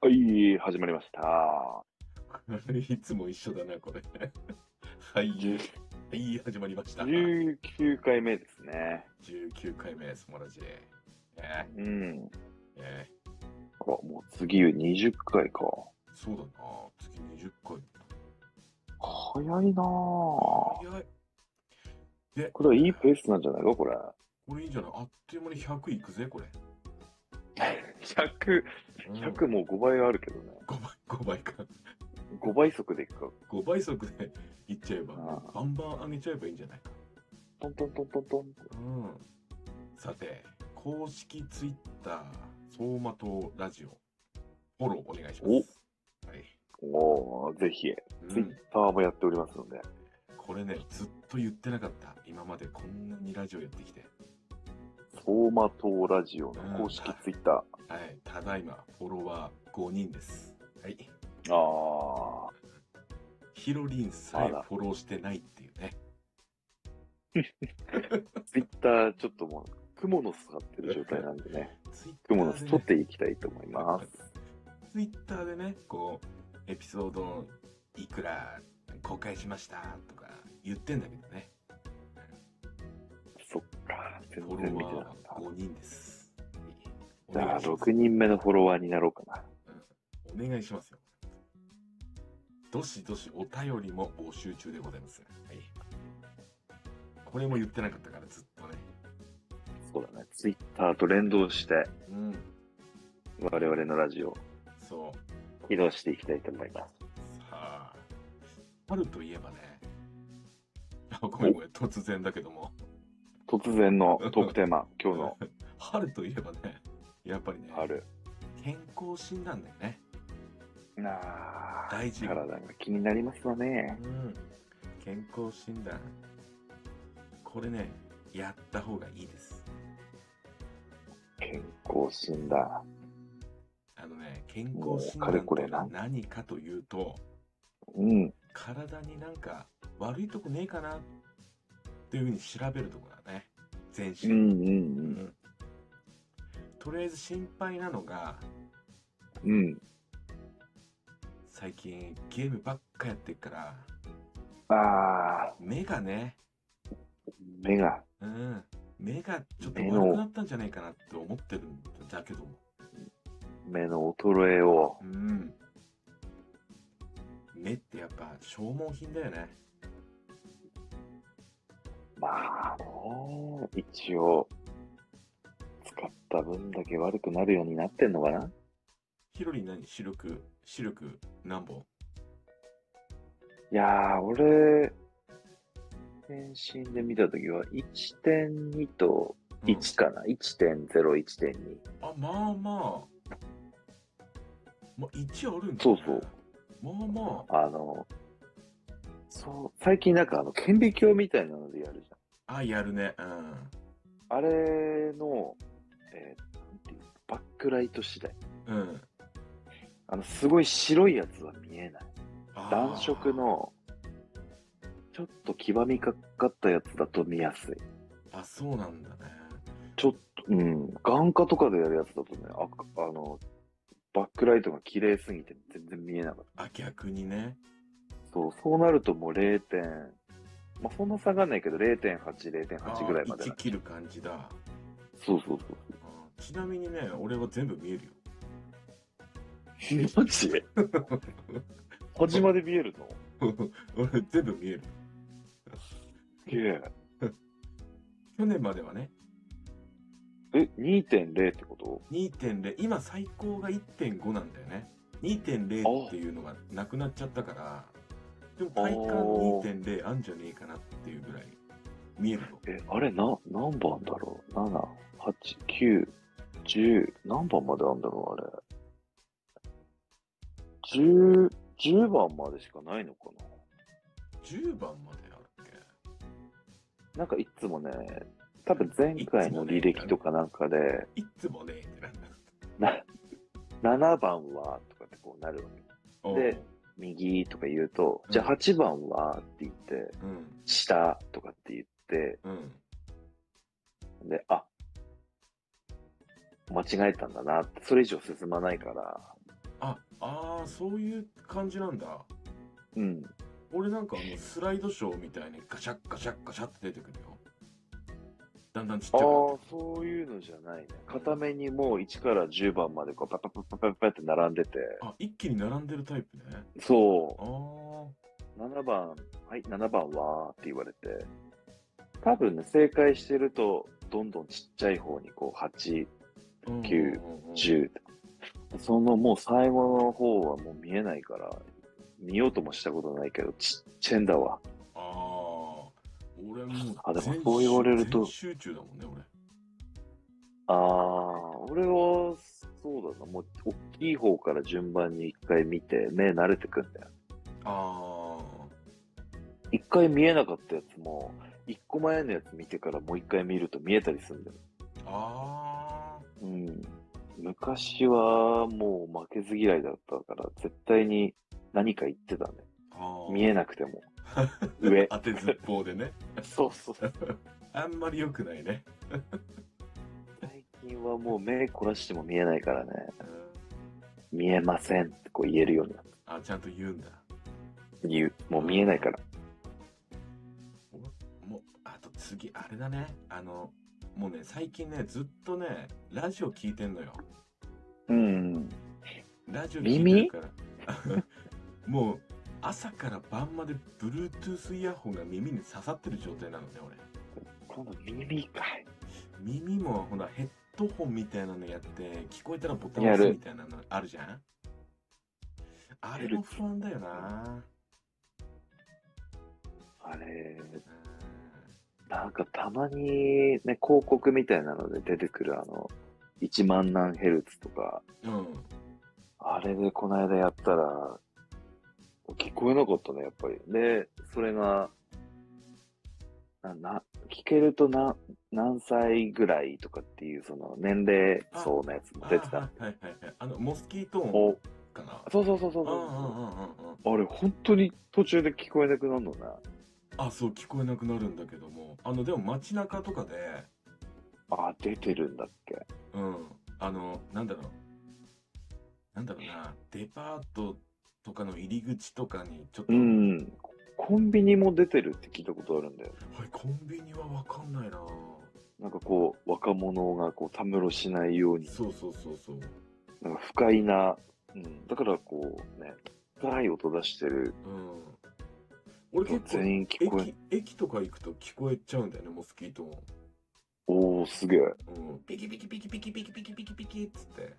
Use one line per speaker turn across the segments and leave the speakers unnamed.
はい、始まりました。
いつも一緒だな、これ。 はい、
10
はい、始まりました。
19回目ですね。
19回目、スモラジ。え
ー、うん。
えー、
あら、もう次20回か。
そうだな、次20回。
早いな
早い。
で、これはいいペースなんじゃないか、これ。
これいいんじゃないあっという間に100いくぜ、これ。
100、100もう5倍あるけどね。
うん、5倍、5倍か。
5倍速でいくか。
5倍速でいっちゃえば、バンバン上げちゃえばいいんじゃないか。
トントントントントン。
うん。さて、公式ツイッター、相馬とラジオ、フォローお願いします。
おはい。おー、ぜひ、うん、ツイッターもやっておりますので。
これね、ずっと言ってなかった。今までこんなにラジオやってきて。
相馬灯ラジオの公式ツイッタ
ー、うん、はい、ただいまフォロワー5人です。はい。
ああ。
ヒロリンさえフォローしてないっていうね。
ツイッターちょっともう、雲の巣張ってる状態なんでね。ツイッターでね雲の巣取っていきたいと思います。
ツイッターでね、こう、エピソードいくら公開しましたとか言ってんだけどね。
そっか、
全然見てなかった。5人です。
じゃあ、6人目のフォロワーになろうか
な。うん、お願いしますよ。どしどしお便りも募集中でございます。はい。これも言ってなかったから、ずっとね。
そうだね、ツイッターと連動して、
うん、
我々のラジオ、、
そう
移動していきたいと思います。
さあ、春といえばね、あごめんごめん、突然だけども。
突然のトークテー マ、今日の。
春といえばね、やっぱりね、
春
健康診断だよね。
な
あ、大事
体が気になりますわね。
うん、健康診断。これね、やった方がいいです。
健康診断。
あのね、健康診断って何かというと、
うん、
体になんか悪いとこねえかなっていうふうに調べるとこだね全身、
うんうんうんうん、
とりあえず心配なのが、
うん、
最近ゲームばっかやってるから
あ
目がね
目が
うん目がちょっと悪くなったんじゃないかなって思ってるんだけども
目の衰えを
うん目ってやっぱ消耗品だよね
まあね、一応、使った分だけ悪くなるようになってんのかな
ヒロリン何視力、視力何本
いやー、俺、検診で見たときは1.2と1かな。うん、1.0、1.2。
あ、まあまあ。まあ、1あるんだ、
ね、そうそう。
まあま
あ。あの、そう、最近なんかあの、顕微鏡みたいなのでやるじ
ゃん。あ、やるね。うん。
あれの、えー、なんていうバックライト次第。
うん。
あの、すごい白いやつは見えない。暖色の、ちょっと黄ばみかかったやつだと見やすい。
あ、そうなんだね。
ちょっと、うん。眼科とかでやるやつだとね、ああの、バックライトが綺麗すぎて全然見えなかった。
あ、逆にね。
そう、そうなるともう0点、まあ、そんな下がんないけど、0.8、0.8ぐらいまで。
1切る感じだ。
そうそうそう。
ちなみにね、俺は全部見えるよ。
マ ジ端まで見える
の俺全部見える。
すげえ。
去年まではね。
え、2.0ってこと
?2.0。今最高が1.5なんだよね。2.0っていうのがなくなっちゃったから。でも体感2.0あんじゃねえかなっていうぐらい見える
の。え、あれな、何番だろう ?7、8、9、10、何番まであんだろうあれ。10、10番までしかないのかな
?10 番まであるっ
けなんかいつもね、多分前回の履歴とかなんかで、
いつもねって
なな、7番はとかってこうなるわけ。で、右とか言うと、じゃあ8番はって言って、
うん、
下とかって言って、
うん、
で、あ、間違えたんだなって、それ以上進まないから、
ああーそういう感じなんだ
うん。
俺なんかあのスライドショーみたいにガシャッガシャッガシャッって出てくるよだんだんちっち
あ
ゃ
あ
くなっ
ー、そういうのじゃないね。片目にもう1から10番までこうパパパパパパって並んでて、
てあ一気に並んでるタイプね
そ
ああ
う、7番、はい、7番はーって言われて、多分ね、正解してると、どんどんちっちゃい方にこう、8、九10って、そのもう最後の方はもう見えないから、見ようともしたことないけど、ちっちゃいんだわ。
ああー俺もう
あでも
全
そう言われると
全集中だもんね俺
ああ、俺は、そうだな、もう、大きい方から順番に一回見て、目慣れてくんだよ。
あ
一回見えなかったやつも、一個前のやつ見てからもう一回見ると見えたりするんだよ。
あああ
うん。昔はもう負けず嫌いだったから、絶対に何か言ってたね。
あ
見え
な
なくても。上。
当てずっぽうでね
そうそう。
あんまり良くないね
最近はもう目凝らしても見えないからね。見えませんってこう言えるようになった。
あちゃんと言うんだ
言う。もう見えないから。
もうあと次あれだねあのもうね最近ねずっとねラジオ聞いてんのよ
うん。
ラジオ聞いてる
耳
から もう朝から晩まで Bluetooth イヤホンが耳に刺さってる状態なのね俺
今度耳かい。
耳もほらヘッドホンみたいなのやって聞こえたらボタン
や
押
る
すみたいなのあるじゃんあれも不安だよな
あれ、
う
なんかたまにね、広告みたいなので出てくるあの、1万何ヘルツとか、
んうん
あれでこの間やったら、聞こえなかったね、やっぱり。で、それが、な、な、聞けるとな、何歳ぐらいとかっていう、その年齢層のやつも出て
あ
た。
はいはいはいあのモスキートーン
お、
かな
そうそうそうそう
うんうん
そう。
うんうんうん
あれ、本当に途中で聞こえなくなるのね。
あそう聞こえなくなるんだけどもあのでも街中とかで
あ、出てるんだっけ。
うんあのなんだろうなんだろうなデパートとかの入り口とかにちょっと、
う
はい
ん。コンビニも出てるって聞いたことあるんだよ。
コンビニはわかんないな
なんかこう、若者がこう、たむろしないように、
そうそうそうそう
なんか不快な、うん、だからこうね、高い音出してる
うん俺
と
結構
全員聞こえ、
駅駅とか行くと聞こえちゃうんだよねモスキートも、
おー、すげえ。
うん、ピキピキピキピキピキピキピキピキっつって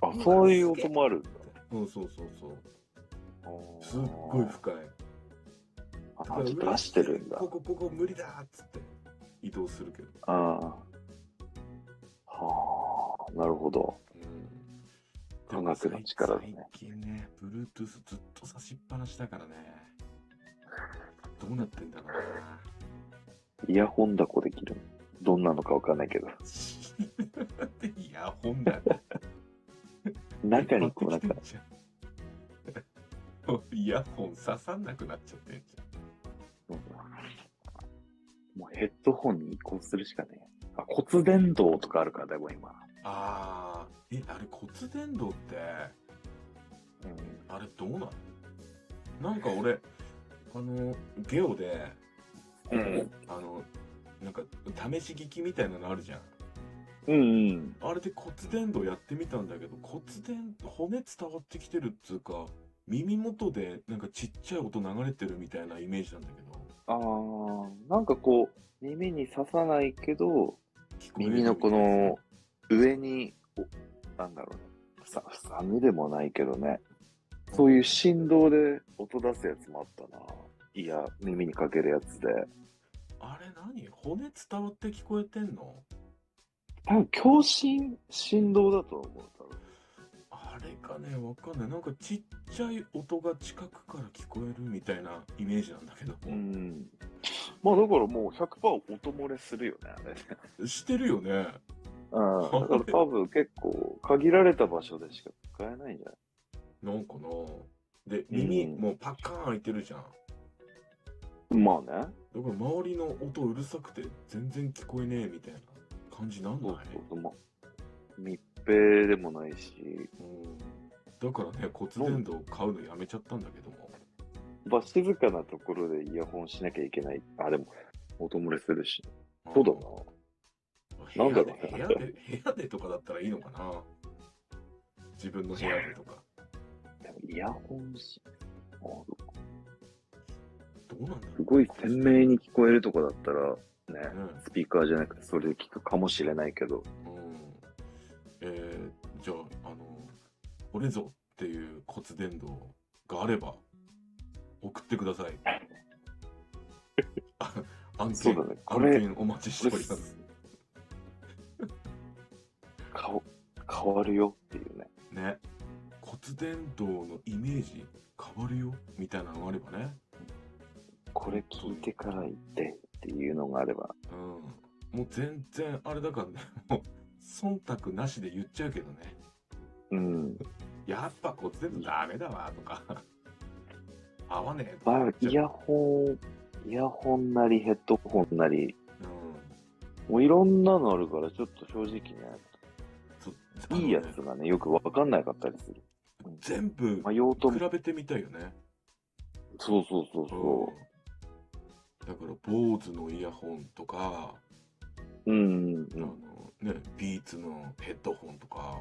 あ
う、わ
そういう音もあるんだ。
うんそうそうそう
あー
すっごい深い
あ出してるんだ
こ。こここ無理だっつって移動するけど、
あーはあ、なるほど。
うん、
科学の力だね
でも最近ね Bluetooth ずっと差しっぱなしだからねどうなってんだろうな
イヤホンだこできるのどんなのかわかんないけど。
イヤホンだね
中にこう、なんか、
イヤホン刺さんなくなっちゃってんじ
うんもうヘッドホンに移行するしかねえ。あ、骨伝導とかあるからだよ、今。
ゃんああえあれ骨伝導って
うん。
あれどうなのなんか俺あのゲオで、
うん
あのなんか試し聞きみたいなのあるじゃん
うんうん。
あれで骨伝導やってみたんだけど骨伝骨伝わってきてるっつうか耳元でなんかちっちゃい音流れてるみたいなイメージなんだけど
ああ、なんかこう、耳に刺さないけど、
聞こえる
耳のこの上に、おなんだろうね、ふさ、ふさみでもないけどね、そういう振動で音出すやつもあったな。いや、耳にかけるやつで。
あれ何骨伝わって聞こえてんの
多分、共振振動だと思う。多分
あれかねわかんないなんかちっちゃい音が近くから聞こえるみたいなイメージなんだけど、
うん。まあ、だからもう100%音漏れするよね、あれね。
してるよ
うん。
ね
だから多分結構、限られた場所でしか使えないんじゃない
なんかなで耳
うん
もうパッカーン開いてるじゃんだか
まあね。
ら周りの音うるさくて全然聞こえねえみたいな感じなんな
そ
いう
そうそうまあ密閉でもないし、
うんだからね、骨伝導買うのやめちゃったんだけども。
まあ、静かなところでイヤホンしなきゃいけない。あ、でも、音漏れするし。そうだ
な。
なんだろうね
部屋で、部屋で部屋でとかだったらいいのかな自分の部屋でとか。
な。でもイヤホンし、あ
どうなんだろう
すごい鮮明に聞こえるとかだったら、
う
ね、
ん
スピーカーじゃなくてそれで聞くかもしれないけど、
うんえーじゃあ、あの、俺ぞっていう骨伝導があれば、送ってくだ さい。あ案
そう
件、
だねこれ
案件お待ちしております。
顔、変わるよっていうね。
ね。骨伝導のイメージ変わるよみたいなのがあればね。
これ聞いてから行ってっていうのがあれば、
うん。もう全然あれだからね、もう忖度なしで言っちゃうけどね。
うん。
やっぱ骨伝導ダメだわとか。合わねえとか
ま
言
あ
っ、ちゃう
イヤホン、イヤホンなりヘッドホンなり、
うん。
もういろんなのあるから、ちょっと正直ね、
そう
いいやつがね、よくわかんなかったりする。
全部
まあ、用途
比
も、
べてみたいよね。
そうそうそうそ
うんだから、坊主のイヤホンとか、
う。うん、うん、
あのね、ビーツのヘッドホンとか、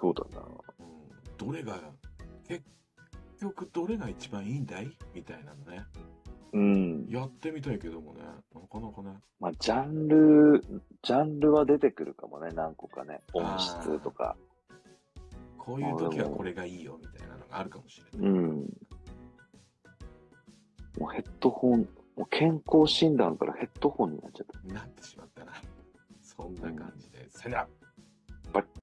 そうだな。
うんどれが、結局どれが一番いいんだいみたいなのね。
うん。
やってみたいけどもね、なかなかね。
まあ、ジャンル、ジャンルは出てくるかもね、何個かね。音質とか。
こういう時はこれがいいよみたいなのがあるかもしれ
うん。もうヘッドホン、もう健康診断からヘッドホンになっちゃった。
ない。なってしまったな。そんな感じで、せな